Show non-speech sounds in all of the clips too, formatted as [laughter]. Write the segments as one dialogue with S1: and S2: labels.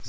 S1: This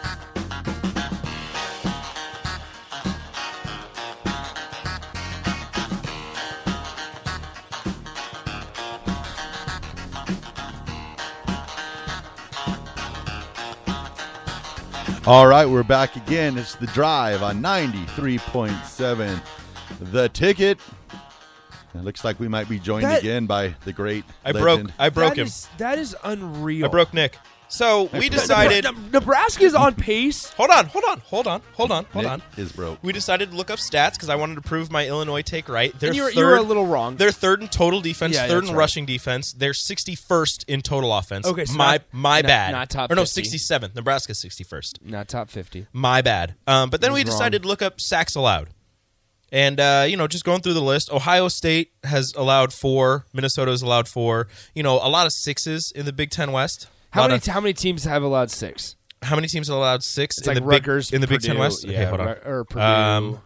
S2: All right, we're back again. It's the drive on 93.7 The Ticket. It looks like we might be joined
S3: That-
S2: again by the great
S4: I
S2: legend.
S4: broke. I broke
S3: That
S4: him.
S3: is- that is unreal.
S4: I broke Nick. So we
S2: Nick broke.
S4: decided.
S3: Ne- Nebraska is on pace.
S4: Hold on. Hold on. Hold on. Hold on. Hold
S2: Nick
S4: on.
S2: is broke.
S4: We decided to look up stats because I wanted to prove my Illinois take right. They're
S3: And you were,
S4: third.
S3: you were a little wrong.
S4: They're third in total defense,
S3: Yeah, yeah,
S4: third
S3: that's
S4: in
S3: right.
S4: rushing defense. They're 61st in total offense.
S3: Okay, so
S4: my
S3: not-
S4: my
S3: not-
S4: bad.
S3: not top
S4: or no,
S3: 50.
S4: 67th. Nebraska's 61st.
S3: Not top 50.
S4: My bad. Um, but then
S3: He's
S4: we decided to look up sacks allowed. And, uh, you know, just going through the list, Ohio State has allowed four. Minnesota's allowed four. You know, a lot of sixes in the Big Ten West. A
S3: How
S4: lot
S3: many,
S4: of-
S3: how many teams have allowed six?
S4: how many teams allowed six
S3: It's
S4: in
S3: like
S4: the
S3: Rutgers,
S4: Big, in the Big Ten
S3: Purdue,
S4: West?
S3: yeah,
S4: hold on. Um,
S3: Ru- or Purdue.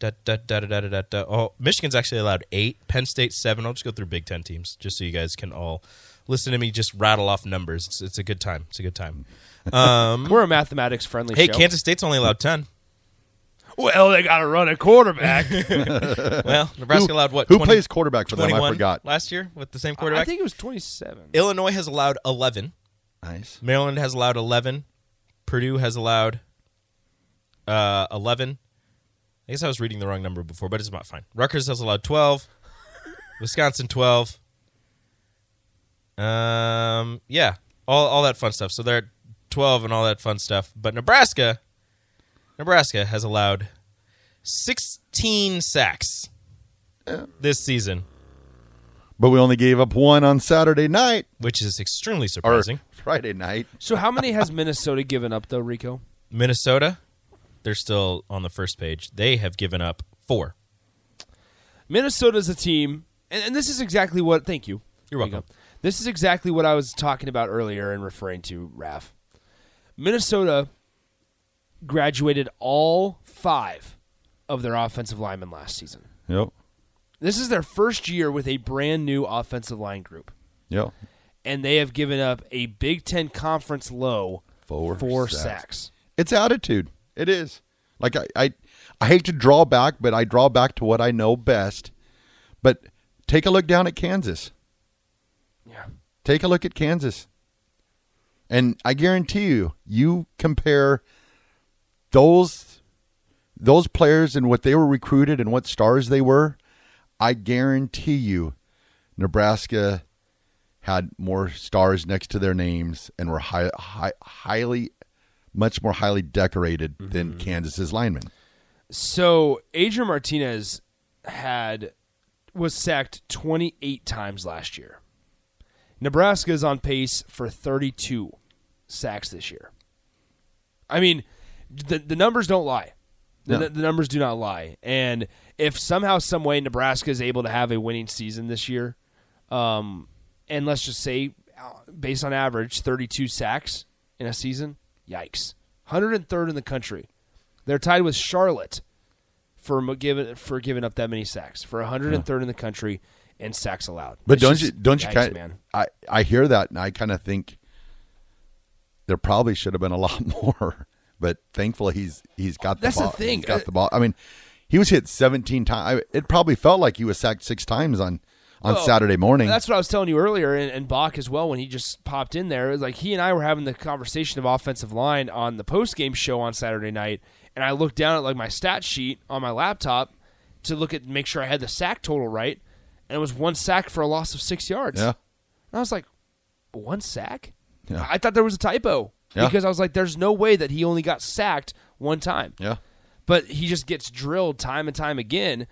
S4: da, da, da, da, da, da, da. Oh, Michigan's actually allowed eight. Penn State seven. I'll just go through Big Ten teams just so you guys can all listen to me just rattle off numbers. It's, it's a good time. It's a good time.
S3: We're a mathematics friendly
S4: Hey,
S3: show.
S4: Kansas State's only
S2: [laughs]
S4: allowed ten.
S3: Well, they got to run a quarterback.
S4: Well, Nebraska allowed what?
S2: Who
S4: 20
S2: plays quarterback for them? I
S4: 21
S2: forgot.
S4: last year with the same quarterback.
S3: I think it was 27.
S4: Illinois has allowed 11.
S2: Nice.
S4: Maryland has allowed 11. Purdue has allowed uh, 11. I guess I was reading the wrong number before, but it's about fine. Rutgers has allowed 12. Wisconsin 12. Um, yeah, all all that fun stuff. So they're at 12 and all that fun stuff. But Nebraska, Nebraska has allowed 16 sacks this season,
S2: But we only gave up one on Saturday night
S4: which is extremely
S2: or
S4: surprising.
S2: Friday night.
S3: So how many has Minnesota given up though, Rico?
S4: Minnesota, they're still on the first page. They have given up four.
S3: Minnesota's a team, and, and this is exactly what. Thank you.
S4: You're
S3: There you
S4: welcome.
S3: go. This is exactly what I was talking about earlier and referring to, Raf. Minnesota graduated all five of their offensive linemen last season.
S2: Yep.
S3: This is their first year with a brand new offensive line group,
S2: Yep.
S3: and they have given up a Big Ten conference low
S2: Four
S3: four
S2: sacks.
S3: sacks.
S2: It's attitude. It is. Like I, I I hate to draw back, but I draw back to what I know best. But take a look down at Kansas.
S3: Yeah.
S2: Take a look at Kansas. And I guarantee you, you compare those those players and what they were recruited and what stars they were, I guarantee you Nebraska had more stars next to their names and were high, high, highly much more highly decorated
S3: Mm-hmm.
S2: than Kansas's linemen.
S3: So Adrian Martinez had was sacked 28 times last year. Nebraska is on pace for 32 sacks this year. I mean, the the numbers don't lie. The,
S2: No.
S3: the numbers do not lie. And if somehow, some way, Nebraska is able to have a winning season this year, um, and let's just say, uh, based on average, 32 sacks in a season, yikes, 103rd in the country. They're tied with Charlotte for mo- giving for giving up that many sacks for 103rd in the country and sacks allowed.
S2: But
S3: It's
S2: don't
S3: just-
S2: you don't you
S3: yikes,
S2: kind
S3: man?
S2: I I hear that and I kind of think there probably should have been a lot [laughs] more, but thankfully he's he's got
S3: That's
S2: the
S3: the
S2: ball.
S3: thing. uh,
S2: He's got the ball. I mean, he was hit 17 times. It probably felt like he was sacked 6 times on on
S3: Well,
S2: Saturday morning.
S3: Oh, That's what I was telling you earlier, and, and Bach as well. When he just popped in there, it was like he and I were having the conversation of offensive line on the post game show on Saturday night, and I looked down at like my stat sheet on my laptop to look at make sure I had the sack total right, and it was one sack for a loss of six yards.
S2: Yeah.
S3: And I was like, one sack?
S2: Yeah.
S3: I thought there was a typo
S2: Yeah.
S3: because I was like, there's no way that he only got sacked one time.
S2: Yeah.
S3: But he just gets drilled time and time again.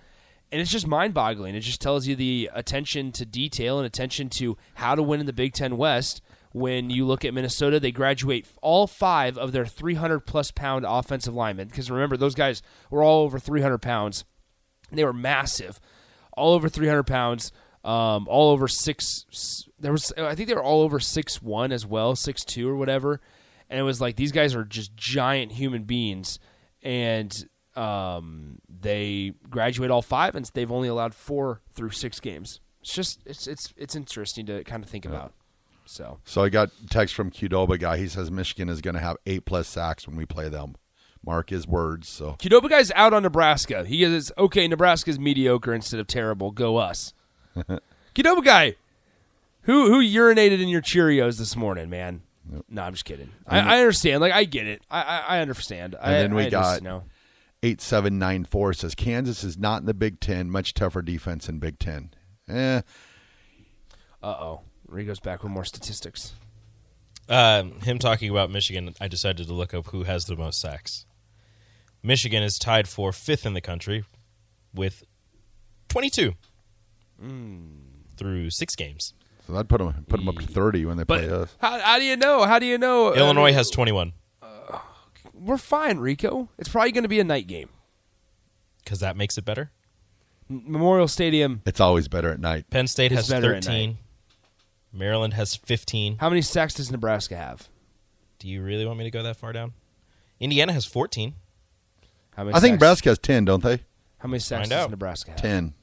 S3: And it's just mind boggling. It just tells you the attention to detail and attention to how to win in the Big Ten West. When you look at Minnesota, they graduate all five of their 300 plus pound offensive linemen. Because remember, those guys were all over 300 pounds. They were massive, all over 300 pounds, um, all over six. s- There was, I think they were all over six one as well, six two or whatever. And it was like these guys are just giant human beings, and um, they graduate all five, and they've only allowed four through six games. It's just it's it's it's interesting to kind of think about. So
S2: So I got text from Qdoba guy. He says Michigan is going to have eight plus sacks when we play them. Mark his words. So
S3: Qdoba guy's out on Nebraska. He is okay. Nebraska's mediocre instead of terrible.
S2: [laughs]
S3: Go us. Qdoba guy, who who urinated in your Cheerios this morning, man? No, I'm just kidding. I, I understand. Like I get it. I I, I understand. I,
S2: then we
S3: I
S2: got-
S3: just, know.
S2: eight seven nine four says Kansas is not in the Big Ten. Much tougher defense in Big Ten. Eh,
S3: Uh oh, Rigo's back with more statistics.
S4: Um, him talking about Michigan, I decided to look up who has the most sacks. Michigan is tied for fifth in the country with 22 through six games.
S2: so I'd put them put them up to thirty when they play us.
S3: How, how do you know? How do you know? Uh,
S4: Illinois has 21
S3: We're fine, Rico. It's probably going to be a night game.
S4: because that makes it better.
S3: Memorial Stadium.
S2: It's always better at night.
S4: Penn State
S3: It's
S4: has
S3: better at
S4: 13. Maryland has 15.
S3: How many sacks does Nebraska have?
S4: Do you really want me to go that far down? Indiana has 14.
S3: How many?
S2: I think
S3: sacks-
S2: Nebraska has ten, don't they?
S3: How many sacks
S4: Find
S3: does
S4: out.
S3: Nebraska have?
S2: Ten.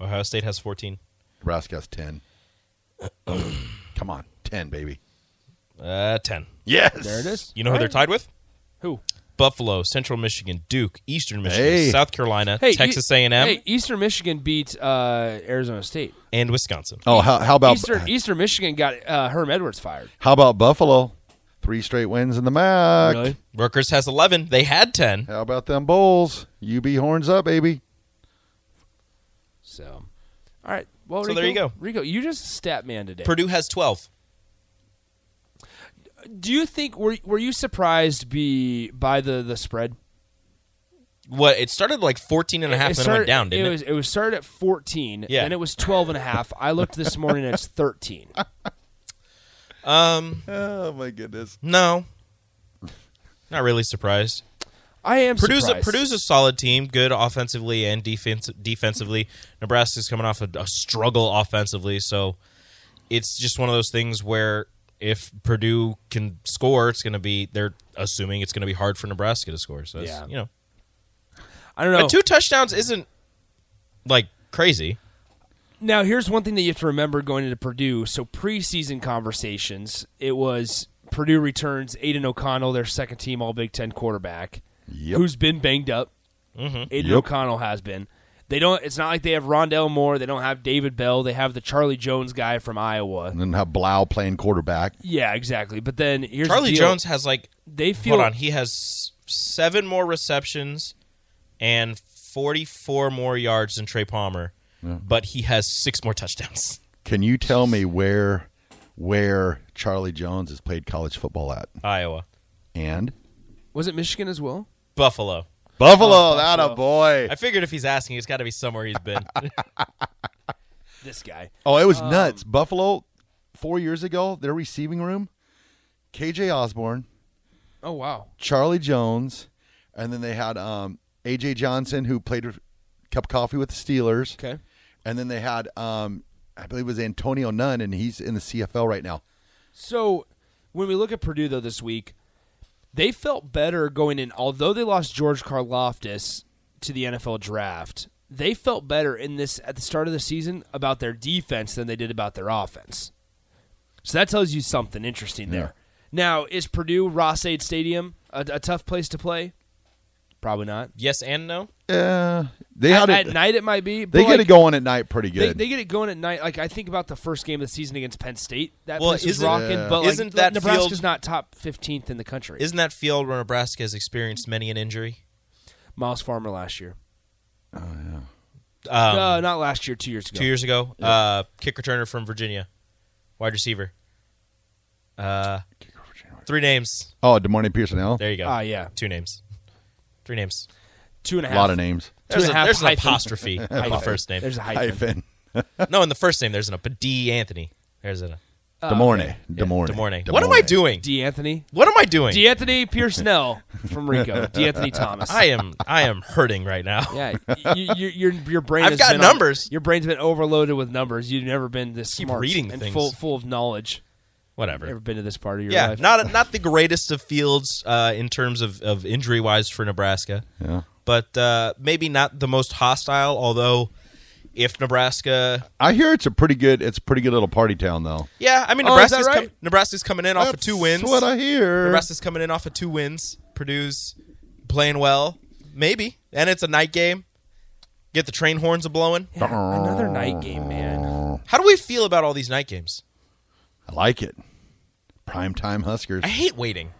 S4: Ohio State has 14.
S2: Nebraska has
S3: [clears throat]
S2: ten. Come on, ten, baby.
S4: Uh, 10.
S2: Yes.
S3: There it is.
S4: You know who they're tied with?
S3: Who?
S4: Buffalo, Central Michigan, Duke, Eastern Michigan,
S2: Hey.
S4: South Carolina, Texas
S3: E-
S4: A&M,
S3: Hey, Eastern Michigan beat uh, Arizona State.
S4: and Wisconsin.
S2: Oh, how, how about
S3: Eastern E- Eastern Michigan got uh, Herm Edwards fired.
S2: how about Buffalo? Three straight wins in the MAC.
S3: Really?
S4: Rutgers has 11. They had 10.
S2: How about them Bulls? UB horns up, baby.
S3: So, all right. Well,
S4: So
S3: Rico,
S4: there you go.
S3: Rico. You just a stat man today.
S4: Purdue has 12.
S3: Do you think were were you surprised be by the the spread?
S4: What? It started like 14 and a half,
S3: it
S4: then it went
S3: started-
S4: down, didn't it?
S3: was it was started at 14,
S4: Yeah.
S3: then it was 12 and a half. I looked this morning and it's 13.
S4: Um,
S2: Oh my goodness.
S4: no. Not really surprised.
S3: I am
S4: Purdue's a,
S3: surprised.
S4: Purdue's a solid team, good offensively and defense, defensively. Nebraska's coming off a, a struggle offensively, so it's just one of those things where if Purdue can score, it's going to be they're assuming it's going to be hard for Nebraska to score. So yeah.
S3: Yeah.
S4: you know,
S3: I don't know.
S4: But two touchdowns isn't like crazy.
S3: Now, here's one thing that you have to remember going into Purdue. So, preseason conversations, it was Purdue returns Aiden O'Connell, their second team All Big Ten quarterback,
S2: Yep.
S3: who's been banged up. Mm-hmm. Aiden
S2: Yep.
S3: O'Connell has been. They don't. It's not like they have Rondell Moore. They don't have David Bell. They have the Charlie Jones guy from Iowa.
S2: And then have Blau playing quarterback.
S3: Yeah, exactly. But then here's the
S4: Charlie
S3: deal.
S4: Jones has like
S3: They feel
S4: hold on, he has seven more receptions and forty-four more yards than Trey Palmer, but he has six more touchdowns. [laughs]
S2: Can you tell me where where Charlie Jones has played college football at?
S4: Iowa,
S2: And
S3: was it Michigan as well?
S4: Buffalo.
S2: Buffalo,
S3: Oh,
S2: that a boy.
S4: I figured if he's asking, it's got to be somewhere he's
S3: [laughs]
S4: been.
S3: This guy.
S2: Oh, it was
S3: Um,
S2: nuts. Buffalo, four years ago, their receiving room, KJ Osborne,
S3: Oh wow.
S2: Charlie Jones, and then they had um, AJ Johnson, who played with- cup of coffee with the Steelers.
S3: Okay.
S2: And then they had, um, I believe it was Antonio Nunn, and he's in the CFL right now.
S3: So when we look at Purdue though this week, they felt better going in. Although they lost George Karloftis to the NFL draft, they felt better in this at the start of the season about their defense than they did about their offense. So that tells you something interesting there. Now is Purdue Ross Aid Stadium a, a tough place to play? Probably not.
S4: yes and no.
S2: Yeah, they
S3: At,
S2: had
S3: at
S2: it.
S3: night it might be. but
S2: they get
S3: like,
S2: it going at night pretty
S3: They,
S2: good.
S3: they get it going at night. Like I think about the first game of the season against Penn State. That
S4: Well,
S3: place was
S4: isn't-
S3: rocking,
S2: Yeah.
S3: but like,
S4: isn't that
S3: Nebraska's
S4: field-
S3: not top fifteenth in the country.
S4: Isn't that field where Nebraska has experienced many an injury? Oh,
S3: Miles Farmer last year.
S4: Um,
S3: uh, not last year, two years ago.
S4: two years ago. Uh, kick returner from Virginia, wide receiver. Uh, three names.
S2: Oh, Demarne Pearson L.
S4: There you go.
S3: Ah, yeah.
S4: two names, three names.
S3: Two and a
S2: A
S3: half.
S2: lot of names.
S3: Two and
S4: There's,
S3: a
S4: a,
S3: half
S4: there's an
S3: hyphen. [laughs]
S4: apostrophe in the
S3: Hyphen.
S4: first name.
S3: There's a hyphen.
S2: Hyphen.
S4: no, in the first name there's an a D Anthony. There's an
S2: Uh, Demorne. Demorne.
S4: Demorne. What am I doing?
S3: D.
S4: [laughs]
S3: Anthony.
S4: What am I doing?
S3: D. Anthony
S4: [laughs]
S3: Piersnell from Rico. D. Anthony Thomas.
S4: I am I am hurting right now.
S3: yeah, you, you, your your brain.
S4: I've
S3: has
S4: got
S3: been
S4: numbers.
S3: On, your brain's been overloaded with numbers. You've never been this
S4: Keep
S3: smart
S4: reading
S3: and
S4: things.
S3: full full of knowledge. Never
S4: [laughs] Whatever.
S3: been to this part of your
S4: Yeah,
S3: life.
S4: not not the greatest of fields uh, in terms of, of injury wise for Nebraska.
S2: Yeah.
S4: But uh, maybe not the most hostile, although if Nebraska
S2: I hear it's a pretty good. It's a pretty good little party town, though.
S4: Yeah, I mean
S3: Oh, is that
S4: Nebraska's
S3: right?
S4: com- Nebraska's coming in off of two wins.
S2: That's what I hear.
S4: Nebraska's coming in off of two wins. Purdue's playing well, maybe, and it's a night game. Get the train horns a blowing.
S3: Yeah, another night game, man.
S4: How do we feel about all these night games?
S2: I like it. Primetime Huskers.
S4: I hate waiting.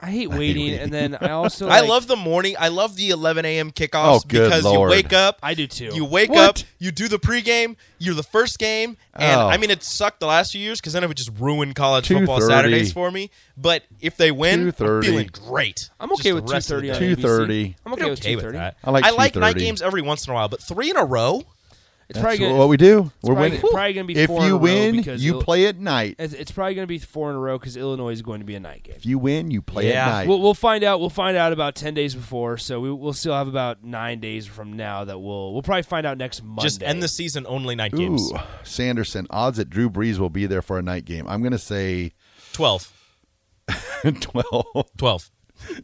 S3: I hate waiting, and then I also
S4: [laughs] I
S3: like-
S4: love the morning. I love the 11 a.m. kickoffs
S2: Oh, good
S4: because
S2: Lord.
S4: you wake up.
S3: I do too.
S4: You wake
S2: What?
S4: up. You do the pregame. You're the first game, and
S2: Oh.
S4: I mean it sucked the last few years because then it would just ruin college
S2: 2:30.
S4: football Saturdays for me. But if they win, I'm
S2: 2:30.
S4: feeling great.
S3: I'm
S4: Just
S3: okay
S4: the
S3: with two
S4: rest of
S3: thirty.
S4: the day.
S3: on
S2: Two
S3: ABC.
S2: thirty.
S3: I'm okay,
S4: I'm
S3: with
S4: okay
S3: two
S4: with
S3: thirty.
S4: that.
S2: I like
S4: night
S2: 2:30.
S4: games every once in a while, but three in a row.
S3: It's
S2: That's
S3: probably gonna,
S2: what we do. We're
S3: probably-
S2: winning.
S3: probably gonna be
S2: If
S3: four in a
S2: you
S3: row
S2: win,
S3: because
S2: you
S3: it'll-
S2: play at night.
S3: It's, it's probably going to be four in a row because Illinois is going to be a night game.
S2: If you win, you play
S4: Yeah.
S2: at night.
S3: We'll, we'll find out. We'll find out about ten days before, so we, we'll still have about nine days from now that we'll we'll probably find out next Monday.
S4: Just end the season only night games.
S2: Ooh, Sanderson. Odds that Drew Brees will be there for a night game. I'm going to say [laughs]
S4: 12.
S2: twelve. [laughs]
S4: 12.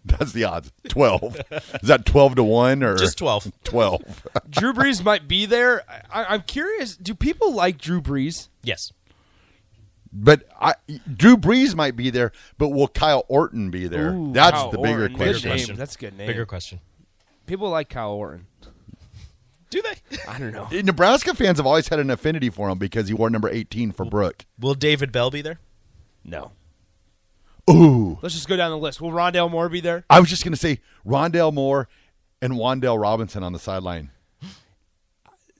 S2: That's the odds. Twelve.
S3: [laughs]
S2: Is that twelve to one or
S4: Just 12.
S2: twelve?
S3: [laughs] Drew Brees might be there. I, I'm curious. Do people like Drew Brees?
S4: Yes.
S2: But I, Drew Brees might be there, but will Kyle Orton be there?
S3: Ooh,
S2: That's
S3: Kyle
S2: the bigger
S3: Orton.
S2: question.
S3: Good name.
S4: question.
S3: That's a good name.
S4: Bigger question.
S3: People like Kyle Orton.
S4: Do they?
S3: I don't know.
S2: Uh, Nebraska fans have always had an affinity for him because he wore number 18 for Brooke.
S4: [laughs] Will David Bell be there?
S3: No.
S2: Ooh.
S3: Let's just go down the list. Will Rondell Moore be there?
S2: I was just going to say Rondell Moore and Wandell Robinson on the sideline.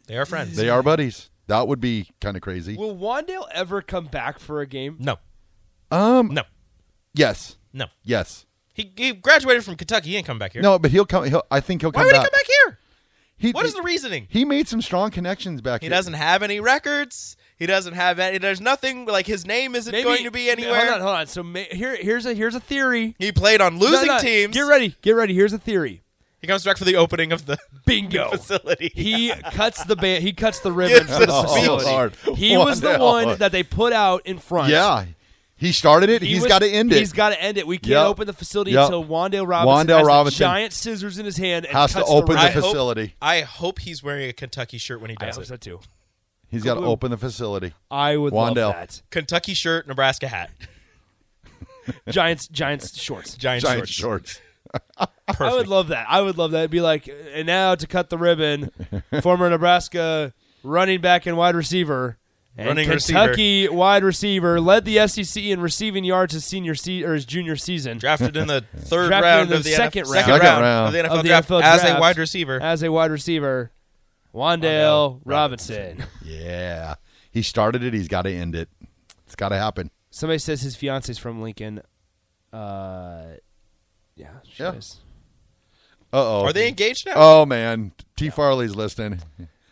S4: They are friends.
S2: They are buddies. That would be kind of crazy.
S3: Will Wandale ever come back for a game?
S4: No.
S2: Um,
S4: No.
S2: yes.
S4: No.
S2: Yes.
S4: He, he graduated from Kentucky. He didn't come back here.
S2: No, but he'll come. He'll, I think he'll
S4: Why
S2: come
S4: would
S2: back.
S4: he come back here?
S2: He-
S4: What is the reasoning?
S2: He made some strong connections back
S4: He
S2: here.
S4: doesn't have any records. He doesn't have any. There's nothing. Like, his name isn't going to be anywhere.
S3: Hold on, hold on. So ma- here, here's a here's a theory.
S4: He played on losing
S3: No, no,
S4: teams.
S3: Get ready. Get ready. Here's a theory.
S4: He comes back for the
S2: [laughs]
S4: opening of the
S3: Bingo.
S4: [laughs] facility.
S3: He cuts the ba- he cuts the ribbon
S4: Gives
S3: for
S4: a
S3: the
S4: speech.
S2: Lord.
S3: facility. He was the
S2: Wandale.
S3: one that they put out in front.
S2: Yeah. He started it.
S3: He
S2: He has
S3: was-
S2: got to end it.
S3: He's got to end it. We can't
S2: Yep.
S3: open the facility
S2: Yep.
S3: until Wandale Robinson
S2: Wandale
S3: has the
S2: Robinson
S3: giant scissors in his hand and
S2: Has to
S3: cuts
S2: open
S3: the
S2: the
S3: ribbon.
S4: hope-
S2: facility.
S4: I hope he's wearing a Kentucky shirt when he
S3: I
S4: does
S3: hope
S4: it.
S3: so too.
S2: He's got to open the facility.
S3: I would
S2: Wandale.
S3: love that.
S4: Kentucky shirt, Nebraska hat.
S3: Giants Giants shorts.
S4: Giant,
S2: Giant
S4: shorts.
S2: shorts.
S3: I would love that. I would love that. It'd be like, and now to cut the
S4: [laughs]
S3: ribbon, former Nebraska running back and wide receiver, and
S4: Running
S3: Kentucky wide receiver led the SEC in receiving yards his senior se- or his junior season
S4: Drafted
S3: [laughs]
S4: in the third
S3: Drafted
S4: round
S3: in the
S4: of the
S3: second
S4: NF-
S3: round.
S4: second
S2: Second
S4: round
S2: round.
S4: of the NFL,
S3: of the
S4: draft,
S3: NFL
S4: as a
S3: draft
S4: wide receiver.
S3: As a wide receiver, Wandale
S4: [laughs]
S3: Robinson.
S2: Yeah. He started it. He's got to end it. It's got to happen.
S3: Somebody says his fiance's from Lincoln. Uh, yeah, she
S2: Yeah.
S3: is.
S2: Uh oh.
S4: Are they engaged now?
S2: Oh man, T Farley's listening.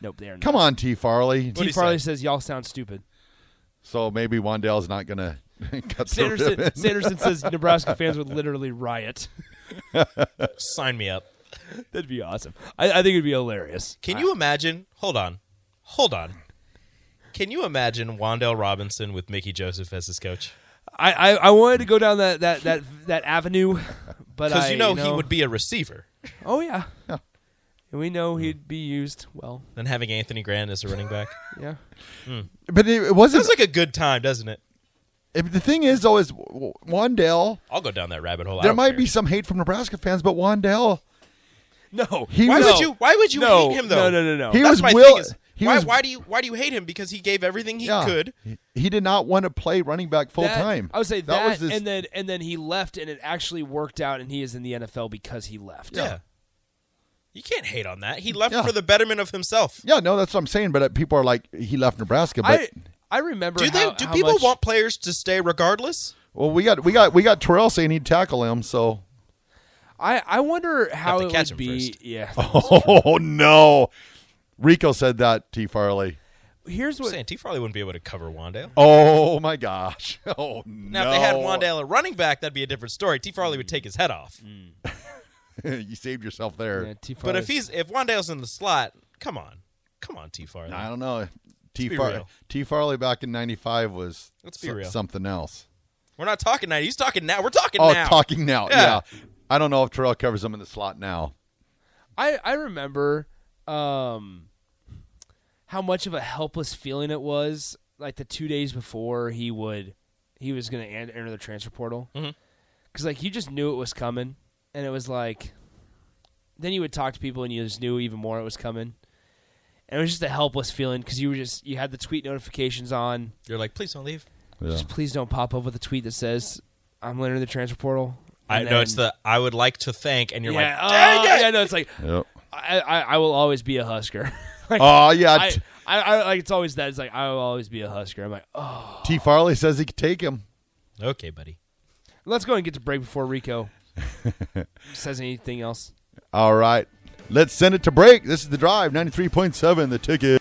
S3: Nope, they are not.
S2: Come on, T Farley.
S3: T.
S4: What'd he
S3: Farley
S4: say?
S3: says y'all sound
S4: [laughs]
S3: stupid.
S2: So maybe Wandell's not gonna [laughs] cut the
S3: Sanderson,
S2: ribbon.
S3: Sanderson
S4: [laughs]
S3: says Nebraska fans would literally riot.
S4: Sign me up.
S3: That'd be awesome. I, I think it'd be hilarious.
S4: Can you imagine? Hold on. Hold on. Can you imagine Wandell Robinson with Mickey Joseph as his coach?
S3: I, I, I wanted to go down that that that, that avenue,
S4: [laughs]
S3: but
S4: Because
S3: I
S4: you know, he would be a receiver.
S3: Oh yeah. And we know he'd be used well.
S4: Then having Anthony Grant as a running back
S3: Yeah.
S2: But it, it wasn't.
S4: sounds like a good time, doesn't it?
S2: it- the thing is, though, is W- Wandell.
S4: I'll go down that rabbit hole. I
S2: There
S4: don't
S2: might
S4: care.
S2: be some hate from Nebraska fans, but Wandell.
S3: No.
S2: He
S4: Why
S2: was-
S4: would you? Why would you
S3: no,
S4: hate him
S3: No,
S4: though?
S3: no, no, no.
S2: He
S4: That's
S2: was
S4: my
S2: will-
S4: thing. Is
S2: he
S4: why,
S2: was-
S4: why do you? Why do you hate him? Because he gave everything he
S2: yeah,
S4: could.
S2: He- He did not want to play running back full
S3: That-
S2: time.
S3: I would say that,
S2: was his-
S3: and then and then he left and it actually worked out and he is in the NFL because he left.
S4: Yeah. You can't hate on that. He left
S2: Yeah.
S4: for the betterment of himself.
S2: Yeah, no, that's what I'm saying. But uh, people are like, he left Nebraska, but
S3: I I remember.
S4: Do they?
S3: how-
S4: do
S3: how
S4: people
S3: much-
S4: want players to stay regardless?
S2: well, we got we got we got Terrell saying he'd tackle him. So
S3: I I wonder how
S4: to
S3: it
S4: catch
S3: would
S4: him
S3: be.
S4: first.
S3: Yeah.
S2: [laughs] oh no, Rico said that T Farley.
S3: Here's
S4: I'm
S3: what
S4: saying T. Farley wouldn't be able to cover Wandale.
S2: Oh my gosh. [laughs] Oh no.
S4: Now, if they had Wandale at running back, that'd be a different story. T. Farley would take his head off.
S2: [laughs]
S3: Mm.
S2: you saved yourself there.
S3: Yeah, T.
S4: But if
S3: Farley's-
S4: he's if Wandale's in the slot, come on, come on, T. Farley.
S2: I don't know. T
S4: be
S2: Farley,
S4: real.
S2: T Farley back in '95 was
S4: Let's be
S2: so-
S4: real.
S2: something else.
S4: We're not talking now. He's talking now. We're talking
S2: Oh,
S4: now.
S2: talking now. Yeah.
S4: Yeah.
S2: I don't know if Terrell covers him in the slot now.
S3: I I remember um how much of a helpless feeling it was like the two days before he would he was going to enter the transfer portal
S4: Mm-hmm.
S3: because like you just knew it was coming and it was like then you would talk to people and you just knew even more it was coming and it was just a helpless feeling because you were just you had the tweet notifications on
S4: You're like, please don't leave.
S3: just please don't pop up with a tweet that says I'm entering the transfer portal
S4: I
S3: And
S4: know it's
S3: then-
S4: the I would like to thank, and you're
S3: yeah,
S4: like,
S3: oh,
S4: dang it.
S3: yeah no it's like
S2: Yep.
S3: I, I, I will always be a Husker. [laughs] like,
S2: [laughs] Oh yeah.
S3: I, I, I, like it's always that. It's like I will always be a Husker. I'm like, oh,
S2: T Farley says he could take him.
S4: Okay, buddy.
S3: let's go and get to break before Rico says anything else.
S2: All right. Let's send it to break. This is the drive 93.7 the ticket.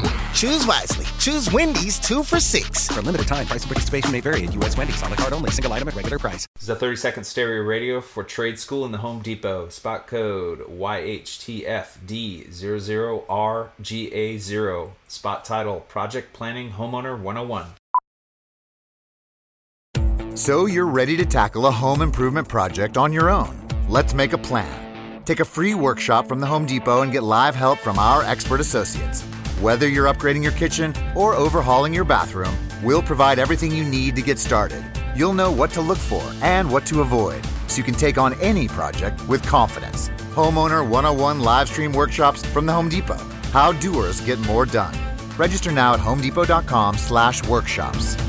S5: [clears throat] Choose wisely. Choose Wendy's two for six. For limited time, price and participation may vary at U.S. Wendy's on the card only, single item at regular price.
S1: This is a 30 second stereo radio for trade school in the Home Depot. Spot code YHTFD00RGA0. Spot title Project Planning Homeowner 101.
S6: So you're ready to tackle a home improvement project on your own. Let's make a plan. Take a free workshop from the Home Depot and get live help from our expert associates. Whether you're upgrading your kitchen or overhauling your bathroom, we'll provide everything you need to get started. You'll know what to look for and what to avoid so you can take on any project with confidence. Homeowner 101 live stream workshops from the Home Depot. How doers get more done. Register now at homedepot.com/workshops.